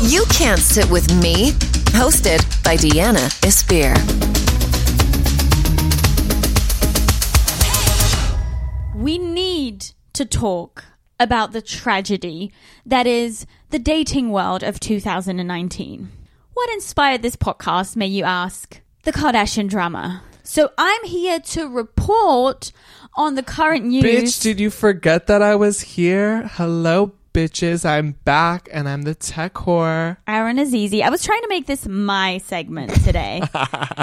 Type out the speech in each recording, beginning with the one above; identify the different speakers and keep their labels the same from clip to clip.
Speaker 1: You Can't Sit With Me, hosted by Deanna Isbeer.
Speaker 2: We need to talk about the tragedy that is the dating world of 2019. What inspired this podcast, may you ask? The Kardashian drama. So I'm here to report on the current news.
Speaker 3: Bitch, did you forget that I was here? Hello, bitches. I'm back and I'm the tech whore.
Speaker 2: Aaron Azizi. I was trying to make this my segment today.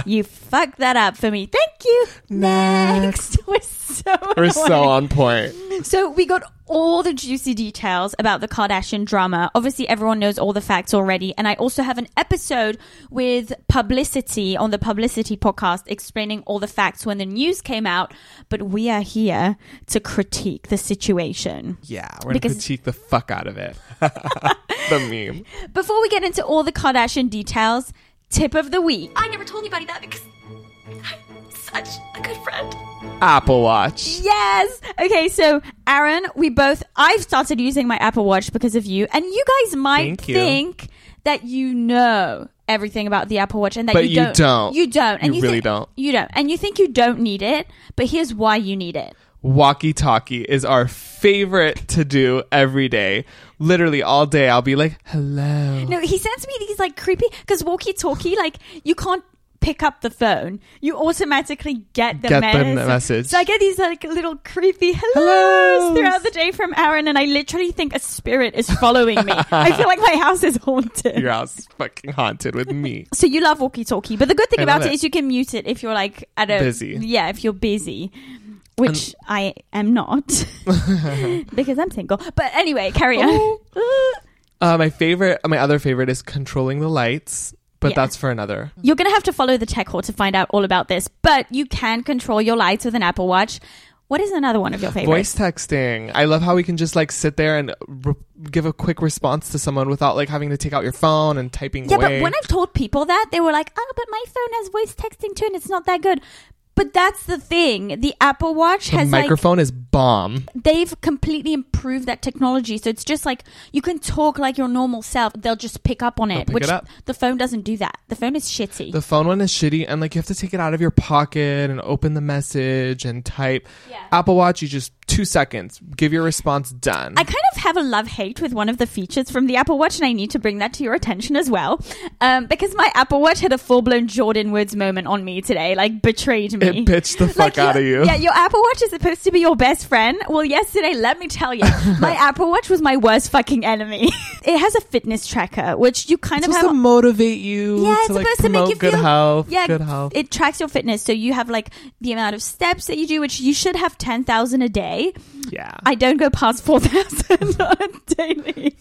Speaker 2: you fucked that up for me. Thank you. Next. We're so
Speaker 3: We're so
Speaker 2: annoying.
Speaker 3: on point.
Speaker 2: So we got all the juicy details about the Kardashian drama. Obviously, everyone knows all the facts already. And I also have an episode with publicity on the publicity podcast explaining all the facts when the news came out. But we are here to critique the situation.
Speaker 3: Yeah, we're
Speaker 2: Because-
Speaker 3: gonna critique the fuck out of it. the meme.
Speaker 2: Before we get into all the Kardashian details, tip of the week.
Speaker 4: I never told anybody that because I'm such a good friend.
Speaker 3: Apple Watch.
Speaker 2: Yes. Okay, so Aaron, we both I've started using my Apple Watch because of you, and you guys might
Speaker 3: Thank you.
Speaker 2: think that you know everything about the Apple Watch and that
Speaker 3: But
Speaker 2: you
Speaker 3: you
Speaker 2: don't,
Speaker 3: don't.
Speaker 2: You don't. And
Speaker 3: You really
Speaker 2: thi-
Speaker 3: don't.
Speaker 2: You don't. And you think you don't need it, but here's why you need it.
Speaker 3: Walkie talkie is our favorite to do every day. Literally all day I'll be like, hello.
Speaker 2: No, he sends me these like creepy because walkie-talkie, like you can't pick up the phone. You automatically get the
Speaker 3: Get the
Speaker 2: message.
Speaker 3: message.
Speaker 2: So I get these like little creepy hellos,
Speaker 3: Hellos.
Speaker 2: throughout the day from Aaron, and I literally think a spirit is following me. I feel like my house is haunted.
Speaker 3: Your house is fucking haunted with me.
Speaker 2: So you love walkie-talkie, but the good thing
Speaker 3: I
Speaker 2: about
Speaker 3: love
Speaker 2: it
Speaker 3: it.
Speaker 2: is you can mute it if you're like I don't
Speaker 3: Busy.
Speaker 2: Yeah, if you're busy, which I am not because I'm single. But anyway, carry on.
Speaker 3: Uh, my favorite my other favorite is controlling the lights, but
Speaker 2: Yeah.
Speaker 3: that's for another.
Speaker 2: You're going to have to follow the tech hall to find out all about this, but you can control your lights with an Apple Watch. What is another one of your favorites?
Speaker 3: voice texting. I love how we can just like sit there and re- give a quick response to someone without like having to take out your phone and typing
Speaker 2: yeah,
Speaker 3: away.
Speaker 2: but when I've told people that, they were like, oh, but my phone has voice texting too, and it's not that good. But that's the thing. The Apple Watch
Speaker 3: the
Speaker 2: has like
Speaker 3: microphone is bomb.
Speaker 2: they've completely improved that technology. So it's just like you can talk like your normal self. They'll just pick up on it,
Speaker 3: pick
Speaker 2: which
Speaker 3: it up.
Speaker 2: the phone doesn't do that. The phone is shitty.
Speaker 3: The phone one is shitty, and like you have to take it out of your pocket and open the message and type. Apple Watch, you just two seconds, give your response, done.
Speaker 2: I kind of have a love hate with one of the features from the Apple Watch, and I need to bring that to your attention as well. Um, because my Apple Watch had a full blown Jordan Woods moment on me today, like betrayed me.
Speaker 3: It bitched the fuck
Speaker 2: your-
Speaker 3: out of you.
Speaker 2: Yeah, your Apple Watch is supposed to be your best friend. Well, yesterday, let me tell you, my Apple Watch was my worst fucking enemy. it has a fitness tracker, which you kind
Speaker 3: it's
Speaker 2: of
Speaker 3: supposed
Speaker 2: have
Speaker 3: to motivate you
Speaker 2: yeah, it's
Speaker 3: to like
Speaker 2: supposed to
Speaker 3: promote
Speaker 2: make you
Speaker 3: good
Speaker 2: feel
Speaker 3: health.
Speaker 2: Yeah,
Speaker 3: good health.
Speaker 2: It tracks your fitness, so you have like the amount of steps that you do, which you should have ten thousand a day.
Speaker 3: yeah,
Speaker 2: I don't go past four thousand on a daily.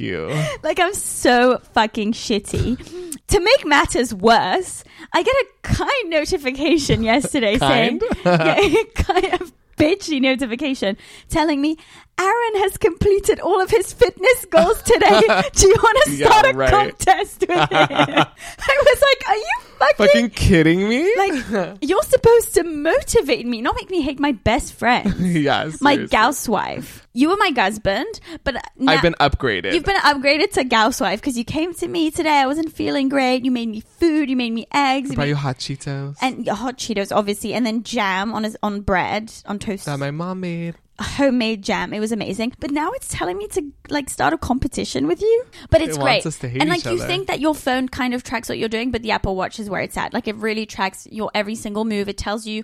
Speaker 3: you.
Speaker 2: Like I'm so fucking shitty. to make matters worse, I get a kind notification yesterday saying,
Speaker 3: Kind?
Speaker 2: yeah, kind of bitchy notification telling me Aaron has completed all of his fitness goals today. Do you want to
Speaker 3: Yeah,
Speaker 2: start a
Speaker 3: right.
Speaker 2: contest with him? I was like, are you fucking,
Speaker 3: fucking kidding me?
Speaker 2: like you're supposed to motivate me, not make me hate my best friend,
Speaker 3: yeah,
Speaker 2: my
Speaker 3: seriously.
Speaker 2: Gauss wife. You were my husband, but now-
Speaker 3: I've been upgraded.
Speaker 2: You've been upgraded to Gauss wife because you came to me today. I wasn't feeling great. You made me food. You made me eggs. you
Speaker 3: Buy
Speaker 2: made-
Speaker 3: you hot Cheetos
Speaker 2: and your hot Cheetos, obviously, and then jam on his on bread on toast,
Speaker 3: that my mom made.
Speaker 2: homemade jam. It was amazing. But now it's telling me to like start a competition with you. But it's
Speaker 3: It
Speaker 2: great.
Speaker 3: wants us to hate
Speaker 2: and like
Speaker 3: each
Speaker 2: you
Speaker 3: other.
Speaker 2: think that your phone kind of tracks what you're doing, but the Apple Watch is where it's at. Like it really tracks your every single move. It tells you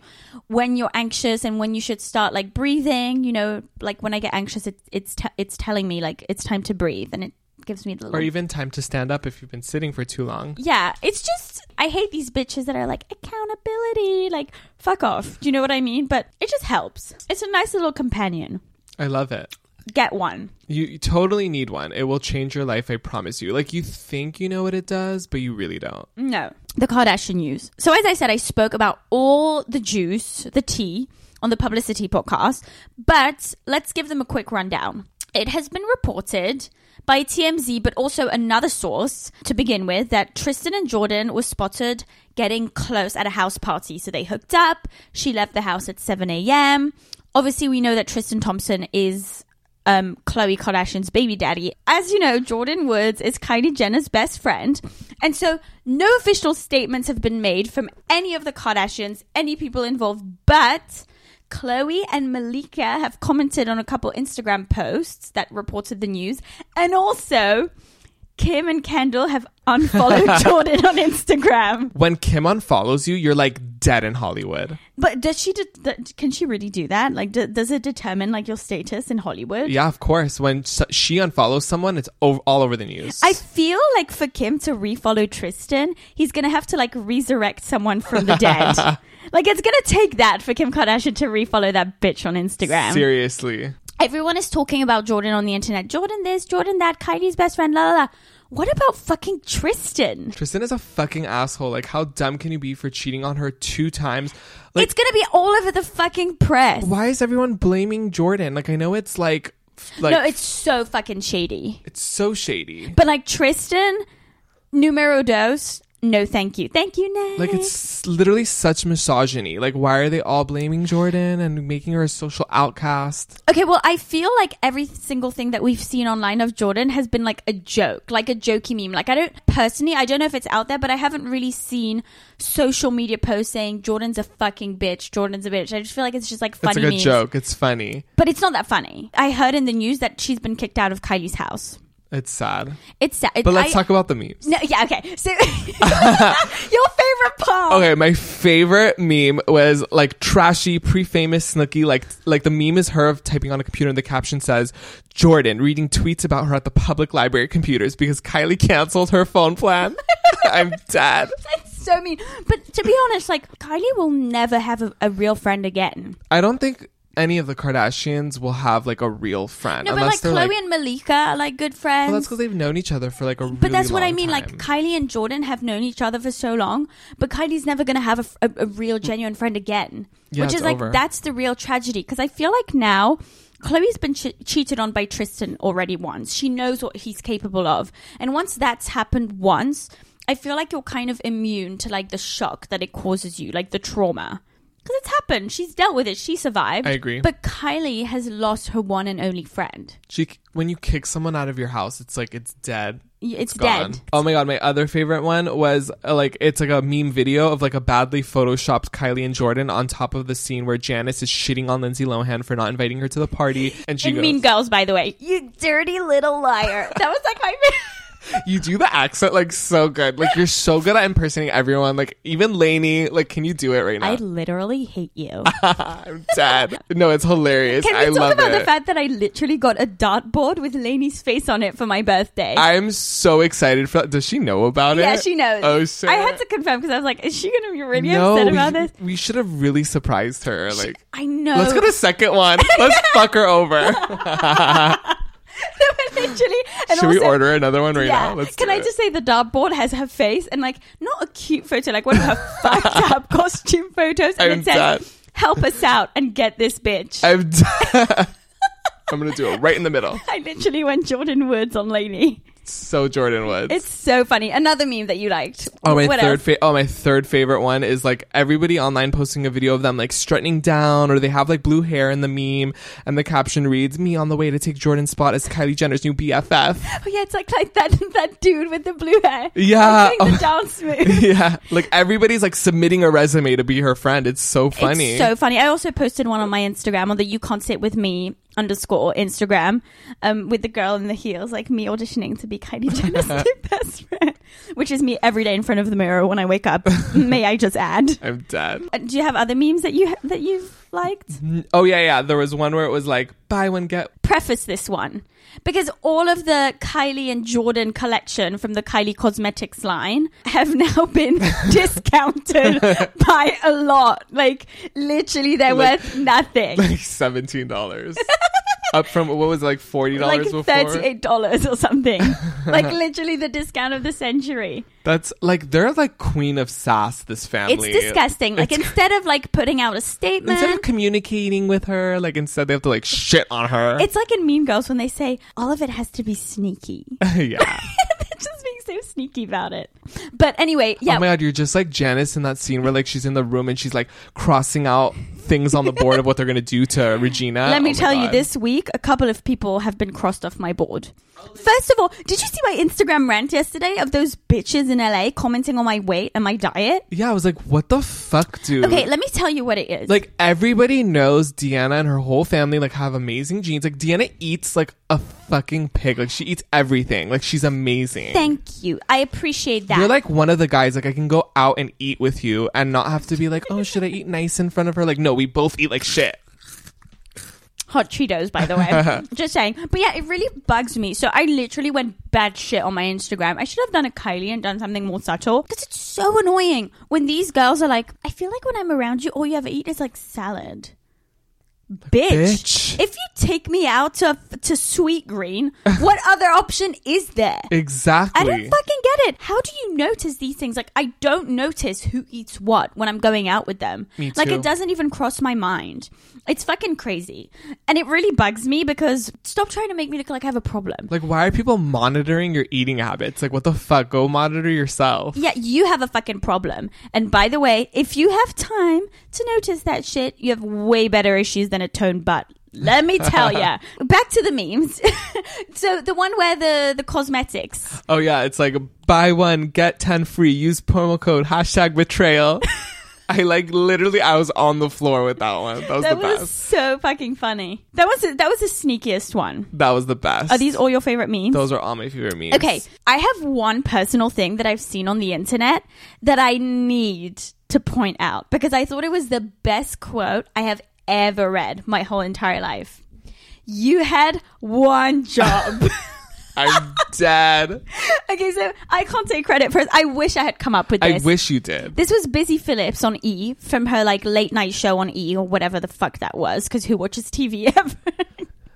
Speaker 2: when you're anxious and when you should start like breathing. You know, like when I get anxious, it, it's te- it's telling me like it's time to breathe, and it gives me the little
Speaker 3: or even time to stand up if you've been sitting for too long.
Speaker 2: Yeah, it's just I hate these bitches that are like accountability, like fuck off. Do you know what I mean? But it just helps. It's a nice little companion.
Speaker 3: I love it.
Speaker 2: Get one.
Speaker 3: You you totally need one. It will change your life, I promise you. Like you think you know what it does, but you really don't.
Speaker 2: No. The Kardashian news. So as I said, I spoke about all the juice, the tea on the publicity podcast, but let's give them a quick rundown. It has been reported by TMZ, but also another source to begin with, that Tristan and Jordan were spotted getting close at a house party. So they hooked up. She left the house at 7 a.m. Obviously, we know that Tristan Thompson is um, Khloe Kardashian's baby daddy. As you know, Jordan Woods is Kylie Jenner's best friend. And so no official statements have been made from any of the Kardashians, any people involved, but Chloe and Malika have commented on a couple Instagram posts that reported the news. And also, Kim and Kendall have unfollowed Jordan on Instagram.
Speaker 3: When Kim unfollows you, you're like dead in Hollywood.
Speaker 2: But does she? De- th- can she really do that? Like, d- does it determine like your status in Hollywood?
Speaker 3: Yeah, of course. When s- she unfollows someone, it's o- all over the news.
Speaker 2: I feel like for Kim to refollow Tristan, he's gonna have to like resurrect someone from the dead. like, it's gonna take that for Kim Kardashian to refollow that bitch on Instagram.
Speaker 3: Seriously.
Speaker 2: Everyone is talking about Jordan on the internet. Jordan this, Jordan that, Kylie's best friend, la la la. What about fucking Tristan?
Speaker 3: Tristan is a fucking asshole. Like, how dumb can you be for cheating on her two times? Like,
Speaker 2: it's gonna be all over the fucking press.
Speaker 3: why is everyone blaming Jordan? Like, I know it's like, f- like
Speaker 2: no, it's so fucking shady.
Speaker 3: it's so shady.
Speaker 2: But like Tristan, numero dos, no thank you. Thank you, next.
Speaker 3: Like, it's literally such misogyny. Like, why are they all blaming Jordan and making her a social outcast?
Speaker 2: Okay, well, I feel like every single thing that we've seen online of Jordan has been like a joke, like a jokey meme. Like, I don't personally, I don't know if it's out there, but I haven't really seen social media posts saying Jordan's a fucking bitch, Jordan's a bitch. I just feel like it's just like funny
Speaker 3: it's like
Speaker 2: memes.
Speaker 3: a joke. It's funny.
Speaker 2: But it's not that funny. I heard in the news that she's been kicked out of Kylie's house.
Speaker 3: It's sad.
Speaker 2: It's sad.
Speaker 3: But let's
Speaker 2: I-
Speaker 3: talk about the memes.
Speaker 2: No, yeah, okay. So, your favorite part.
Speaker 3: Okay, my favorite meme was like trashy, pre-famous Snooki. Like, like the meme is her of typing on a computer, and the caption says, "Jordan reading tweets about her at the public library computers because Kylie canceled her phone plan." I'm dead.
Speaker 2: That's so mean. But to be honest, like, Kylie will never have a, a real friend again.
Speaker 3: I don't think any of the Kardashians will have like a real friend
Speaker 2: No, but
Speaker 3: unless
Speaker 2: like
Speaker 3: they're
Speaker 2: Chloe
Speaker 3: like.
Speaker 2: and Malika are like good friends.
Speaker 3: well, that's because they've known each other for like a.
Speaker 2: but that's what I mean. Like Kylie and Jordan have known each other for so long, but Kylie's never going to have a f- a, a real genuine friend again.
Speaker 3: Mm. Yeah,
Speaker 2: which
Speaker 3: it's
Speaker 2: is like
Speaker 3: over.
Speaker 2: that's the real tragedy because I feel like now Chloe's been che- cheated on by Tristan already once. She knows what he's capable of, and once that's happened once, I feel like you're kind of immune to like the shock that it causes you, like the trauma. Because it's happened. She's dealt with it. She survived.
Speaker 3: I agree.
Speaker 2: But Kylie has lost her one and only friend.
Speaker 3: she, when you kick someone out of your house, it's like it's dead.
Speaker 2: Y- It's,
Speaker 3: gone.
Speaker 2: dead.
Speaker 3: Oh my god, my other favorite one was uh, like it's like a meme video of like a badly photoshopped Kylie and Jordan on top of the scene where Janice is shitting on Lindsay Lohan for not inviting her to the party, and she
Speaker 2: and
Speaker 3: goes,
Speaker 2: Mean Girls, by the way. You dirty little liar. that was like my.
Speaker 3: "You do the accent like so good, like you're so good at impersonating everyone, like even Lainey, like can you do it right
Speaker 2: I
Speaker 3: now?"
Speaker 2: literally hate you.
Speaker 3: I'm dead. No, it's hilarious.
Speaker 2: Can we
Speaker 3: I
Speaker 2: talk
Speaker 3: love
Speaker 2: about
Speaker 3: it.
Speaker 2: the fact that I literally got a dartboard with Lainey's face on it for my birthday?
Speaker 3: I'm so excited for. Does she know about it?
Speaker 2: yeah, she knows.
Speaker 3: Oh shit!
Speaker 2: I had to confirm because I was like, is she going to be really
Speaker 3: no,
Speaker 2: upset
Speaker 3: we-
Speaker 2: about this? Oh.
Speaker 3: we should have really surprised her. Like,
Speaker 2: I know.
Speaker 3: let's get a second one. Let's fuck her over.
Speaker 2: literally. And
Speaker 3: Should we
Speaker 2: also-
Speaker 3: order another one right
Speaker 2: Yeah.
Speaker 3: now? Let's
Speaker 2: Can
Speaker 3: do
Speaker 2: I
Speaker 3: it.
Speaker 2: just say the dartboard has her face and like not a cute photo, like one of her fucked up costume photos, and
Speaker 3: I'm
Speaker 2: it says,
Speaker 3: done.
Speaker 2: "Help us out and get this bitch."
Speaker 3: I'm, d- I'm gonna do it right in the middle.
Speaker 2: I literally went Jordan Woods on Lainey.
Speaker 3: So Jordan Woods.
Speaker 2: It's so funny. Another meme that you liked.
Speaker 3: Oh my
Speaker 2: What
Speaker 3: third
Speaker 2: else?
Speaker 3: fa- oh my third favorite one is like everybody online posting a video of them like strutting down or they have like blue hair in the meme and the caption reads me on the way to take Jordan's spot as Kylie Jenner's new BFF.
Speaker 2: Oh yeah, it's like, like that that dude with the blue hair.
Speaker 3: Yeah. Oh,
Speaker 2: Doing the dance move.
Speaker 3: yeah, like everybody's like submitting a resume to be her friend. It's so funny.
Speaker 2: It's so funny. I also posted one on my Instagram on the You Can't Sit With Me underscore Instagram um, with the girl in the heels, like me auditioning to be Kylie Jenner's new best friend, which is me every day in front of the mirror when I wake up. May I just add?
Speaker 3: I'm dead.
Speaker 2: Uh, Do you have other memes that you that you've liked?
Speaker 3: Oh yeah, yeah. There was one where it was like buy one get
Speaker 2: preface this one because all of the Kylie and Jordan collection from the Kylie Cosmetics line have now been discounted by a lot. Like literally, they're
Speaker 3: Like-
Speaker 2: worth nothing.
Speaker 3: like seventeen dollars. Up from what was it, like forty dollars
Speaker 2: Like
Speaker 3: before.
Speaker 2: thirty-eight dollars or something. like literally the discount of the century.
Speaker 3: That's like they're like queen of sass. This
Speaker 2: It's
Speaker 3: family.
Speaker 2: disgusting. Like
Speaker 3: It's-
Speaker 2: instead of like putting out a statement,
Speaker 3: instead of communicating with her, like instead they have to like shit on her.
Speaker 2: it's like in Mean Girls when they say all of it has to be sneaky.
Speaker 3: yeah.
Speaker 2: They're just being so sneaky about it. But anyway, yeah.
Speaker 3: Oh my god, you're just like Janice in that scene where like she's in the room and she's like crossing out things on the board of what they're going to do to Regina.
Speaker 2: Let me
Speaker 3: Oh my
Speaker 2: tell you,
Speaker 3: God.
Speaker 2: this week, a couple of people have been crossed off my board. First of all, did you see my Instagram rant yesterday of those bitches in LA commenting on my weight and my diet?
Speaker 3: Yeah, I was like, what the fuck, dude?
Speaker 2: Okay, let me tell you what it is.
Speaker 3: Mm. like everybody knows Deanna and her whole family like have amazing genes. Like Deanna eats like a fucking pig. Like she eats everything. Like she's amazing.
Speaker 2: thank you. I appreciate that.
Speaker 3: You're like one of the guys. Like I can go out and eat with you and not have to be like, oh, should I eat nice in front of her? Like no, we both eat like shit.
Speaker 2: Hot Cheetos, by the way. Just saying. But yeah, it really bugs me. So I literally went bad shit on my Instagram. I should have done a Kylie and done something more subtle because it's so annoying when these girls are like, I feel like when I'm around you, all you ever eat is like salad. Bitch.
Speaker 3: Bitch.
Speaker 2: If you take me out to, to Sweet Green, what other option is there?
Speaker 3: Exactly.
Speaker 2: I don't fucking get it. How do you notice these things? Like, I don't notice who eats what when I'm going out with them.
Speaker 3: Me
Speaker 2: Like,
Speaker 3: too.
Speaker 2: it doesn't even cross my mind. It's fucking crazy. And it really bugs me because stop trying to make me look like I have a problem.
Speaker 3: like why are people monitoring your eating habits? Like what the fuck? Go monitor yourself.
Speaker 2: yeah, you have a fucking problem. And by the way, if you have time to notice that shit, you have way better issues than a toned butt. Let me tell ya. Back to the memes. so the one where the the cosmetics.
Speaker 3: Oh yeah, it's like buy one get ten free. Use promo code hashtag betrayal. I like literally, I was on the floor with that one. That was
Speaker 2: That
Speaker 3: the
Speaker 2: was
Speaker 3: best.
Speaker 2: so fucking funny. That was that was the sneakiest one.
Speaker 3: That was the best.
Speaker 2: Are these all your favorite memes?
Speaker 3: Those are all my favorite memes.
Speaker 2: okay, I have one personal thing that I've seen on the internet that I need to point out because I thought it was the best quote I have ever read my whole entire life. You had one job.
Speaker 3: I'm dead.
Speaker 2: okay, so I can't take credit for it. I wish I had come up with
Speaker 3: I
Speaker 2: this.
Speaker 3: wish you did.
Speaker 2: This was Busy Phillips on E from her like late night show on E or whatever the fuck that was because who watches TV ever?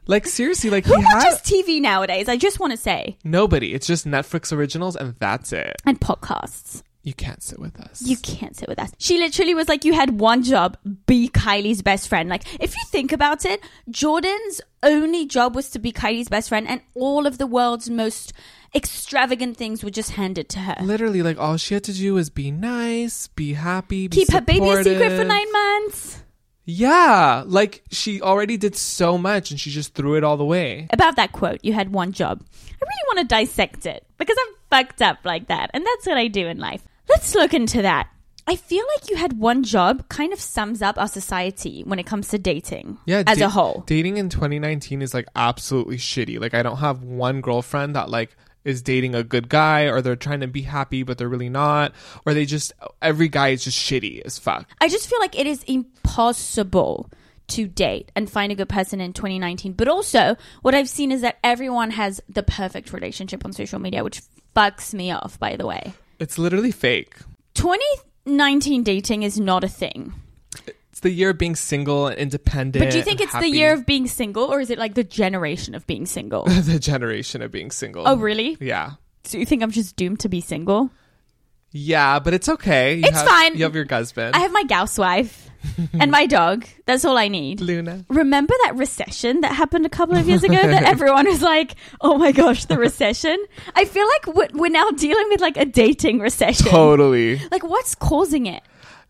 Speaker 3: Like seriously, like
Speaker 2: who
Speaker 3: he had
Speaker 2: watches TV nowadays? I just want to say
Speaker 3: nobody. It's just Netflix originals, and that's it.
Speaker 2: and podcasts.
Speaker 3: You can't sit with us.
Speaker 2: You can't sit with us. She literally was like, You had one job, be Kylie's best friend. Like, if you think about it, Jordan's only job was to be Kylie's best friend, and all of the world's most extravagant things were just handed to her.
Speaker 3: Literally, like all she had to do was be nice, be happy, be
Speaker 2: Keep her baby a secret for
Speaker 3: supportive.
Speaker 2: nine months.
Speaker 3: Yeah, like she already did so much, and she just threw it all away.
Speaker 2: About that quote, you had one job. I really want to dissect it because I'm fucked up like that, and that's what I do in life. Let's look into that. I feel like you had one job kind of sums up our society when it comes to dating
Speaker 3: Yeah,
Speaker 2: as
Speaker 3: da-
Speaker 2: a whole.
Speaker 3: dating in 2019 is like absolutely shitty. Like I don't have one girlfriend that like is dating a good guy, or they're trying to be happy but they're really not, or they just every guy is just shitty as fuck.
Speaker 2: I just feel like it is impossible to date and find a good person in 2019. But also, what I've seen is that everyone has the perfect relationship on social media, which fucks me off, by the way.
Speaker 3: It's literally fake.
Speaker 2: 2019 dating is not a thing.
Speaker 3: It's the year of being single and independent.
Speaker 2: But do you think
Speaker 3: and
Speaker 2: it's
Speaker 3: happy.
Speaker 2: the year of being single, or is it like the generation of being single?
Speaker 3: the generation of being single?
Speaker 2: oh, really?
Speaker 3: Yeah.
Speaker 2: Do you think I'm just doomed to be single?
Speaker 3: Yeah, but it's okay. You
Speaker 2: It's
Speaker 3: have-
Speaker 2: fine.
Speaker 3: You have your husband.
Speaker 2: I have my Gauss wife and my dog. That's all I need.
Speaker 3: Luna.
Speaker 2: remember that recession that happened a couple of years ago that everyone was like, oh my gosh, the recession? I feel like we're- we're now dealing with like a dating recession.
Speaker 3: Totally.
Speaker 2: Like, what's causing it?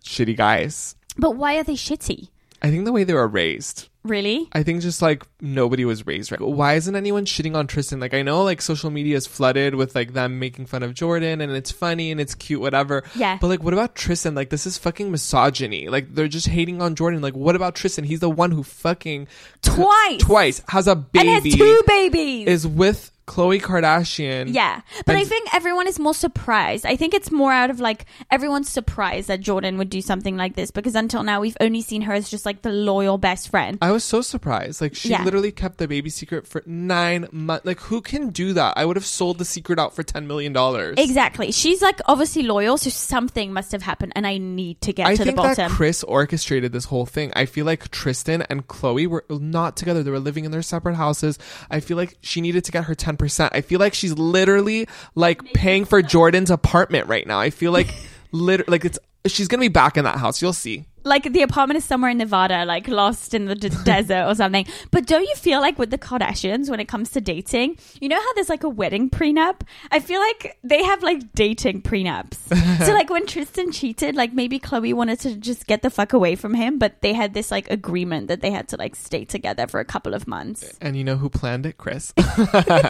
Speaker 3: Shitty guys.
Speaker 2: But why are they shitty?
Speaker 3: I think the way they were raised.
Speaker 2: Really?
Speaker 3: I think just like nobody was raised right. Why isn't anyone shitting on Tristan? Like I know like social media is flooded with like them making fun of Jordan and it's funny and it's cute, whatever.
Speaker 2: Yeah.
Speaker 3: But like what about Tristan? Like this is fucking misogyny. Like they're just hating on Jordan. Like what about Tristan? He's the one who fucking
Speaker 2: Twice.
Speaker 3: twice has a baby
Speaker 2: And has two babies.
Speaker 3: is with Khloe Kardashian.
Speaker 2: yeah. But I
Speaker 3: And-
Speaker 2: think everyone is more surprised. I think it's more out of like everyone's surprised that Jordan would do something like this because until now we've only seen her as just like the loyal best friend.
Speaker 3: I was so surprised. Like she
Speaker 2: Yeah.
Speaker 3: literally kept the baby secret for nine months. Like who can do that? I would have sold the secret out for ten million dollars.
Speaker 2: Exactly. She's like obviously loyal, so something must have happened, and I need to get
Speaker 3: I
Speaker 2: to the
Speaker 3: think
Speaker 2: bottom.
Speaker 3: that Chris orchestrated this whole thing. I feel like Tristan and Chloe were not together. They were living in their separate houses. I feel like she needed to get her 10%. I feel like she's literally like paying for Jordan's apartment right now. I feel like literally like it's She's gonna be back in that house. You'll see.
Speaker 2: Like the apartment is somewhere in Nevada, like lost in the d- desert or something. But don't you feel like with the Kardashians, when it comes to dating, you know how there's like a wedding prenup? I feel like they have like dating prenups. so like when Tristan cheated, like maybe Chloe wanted to just get the fuck away from him, but they had this like agreement that they had to like stay together for a couple of months.
Speaker 3: And you know who planned it, Chris?
Speaker 2: But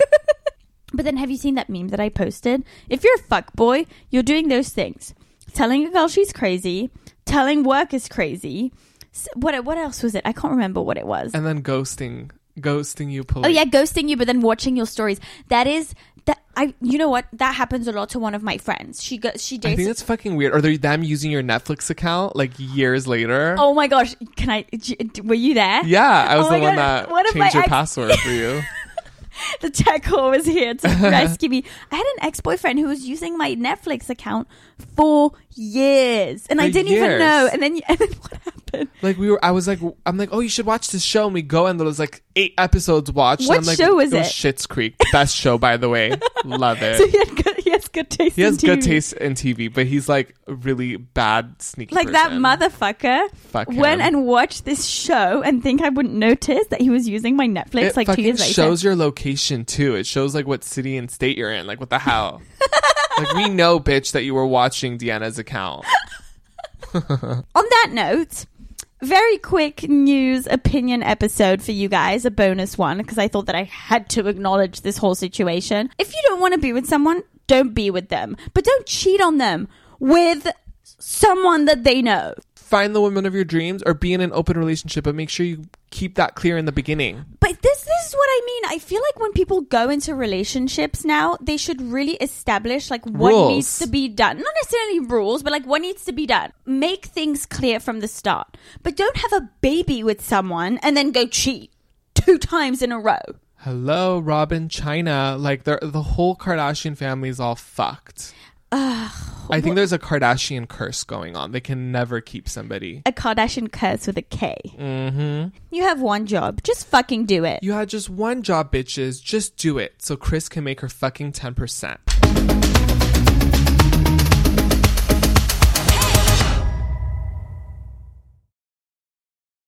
Speaker 2: then have you seen that meme that I posted? If you're a fuckboy, you're doing those things. Telling a girl she's crazy, telling work is crazy. S- What what else was it? I can't remember what it was.
Speaker 3: and then ghosting, ghosting you. Police.
Speaker 2: Oh yeah, ghosting you but then watching your stories. That is that I you know what? That happens a lot to one of my friends. She go, she
Speaker 3: I
Speaker 2: dates
Speaker 3: think that's fucking weird. Are they them using your Netflix account like years later?
Speaker 2: Oh my gosh, can I d- d- were you there?
Speaker 3: Yeah, I was
Speaker 2: Oh my
Speaker 3: the one
Speaker 2: God,
Speaker 3: that
Speaker 2: one of my
Speaker 3: changed your
Speaker 2: ex-
Speaker 3: password for you.
Speaker 2: the tech whore was here to rescue me. I had an ex boyfriend who was using my Netflix account for years, and I
Speaker 3: For
Speaker 2: didn't even
Speaker 3: years?
Speaker 2: know. And then, and then what happened?
Speaker 3: Like we were, I was like, I'm like, oh, you should watch this show. And we go, and there was like eight episodes watched.
Speaker 2: What
Speaker 3: and I'm like,
Speaker 2: show is
Speaker 3: it? Was
Speaker 2: it?
Speaker 3: Schitt's Creek, best show by the way. Love it.
Speaker 2: So he had good, he has good taste.
Speaker 3: He
Speaker 2: in
Speaker 3: has good
Speaker 2: TV.
Speaker 3: taste in TV, but he's like a really bad sneaky.
Speaker 2: Like that
Speaker 3: person.
Speaker 2: motherfucker
Speaker 3: Fuck
Speaker 2: went
Speaker 3: him.
Speaker 2: and watched this show and think I wouldn't notice that he was using my Netflix
Speaker 3: It
Speaker 2: like two
Speaker 3: fucking
Speaker 2: years later.
Speaker 3: shows your location too. It shows like what city and state you're in. Like what the hell? like we know, bitch, that you were watching Deanna's account.
Speaker 2: On that note, very quick news opinion episode for you guys, a bonus one, because I thought that I had to acknowledge this whole situation. If you don't want to be with someone, don't be with them, but don't cheat on them with someone that they know.
Speaker 3: Find the woman of your dreams or be in an open relationship, but make sure you keep that clear in the beginning.
Speaker 2: But this this is what I mean. I feel like when people go into relationships now, they should really establish like what
Speaker 3: Rules.
Speaker 2: needs to be done. Not necessarily rules, but like what needs to be done. Make things clear from the start. But don't have a baby with someone and then go cheat two times in a row.
Speaker 3: Hello, Robin China. Like they're- the whole Kardashian family is all fucked. I think there's a Kardashian curse going on. They can never keep somebody.
Speaker 2: A Kardashian curse with a Mm-hmm. You have one job. Just fucking do it.
Speaker 3: You had just one job, bitches. Just do it so Chris can make her fucking 10%.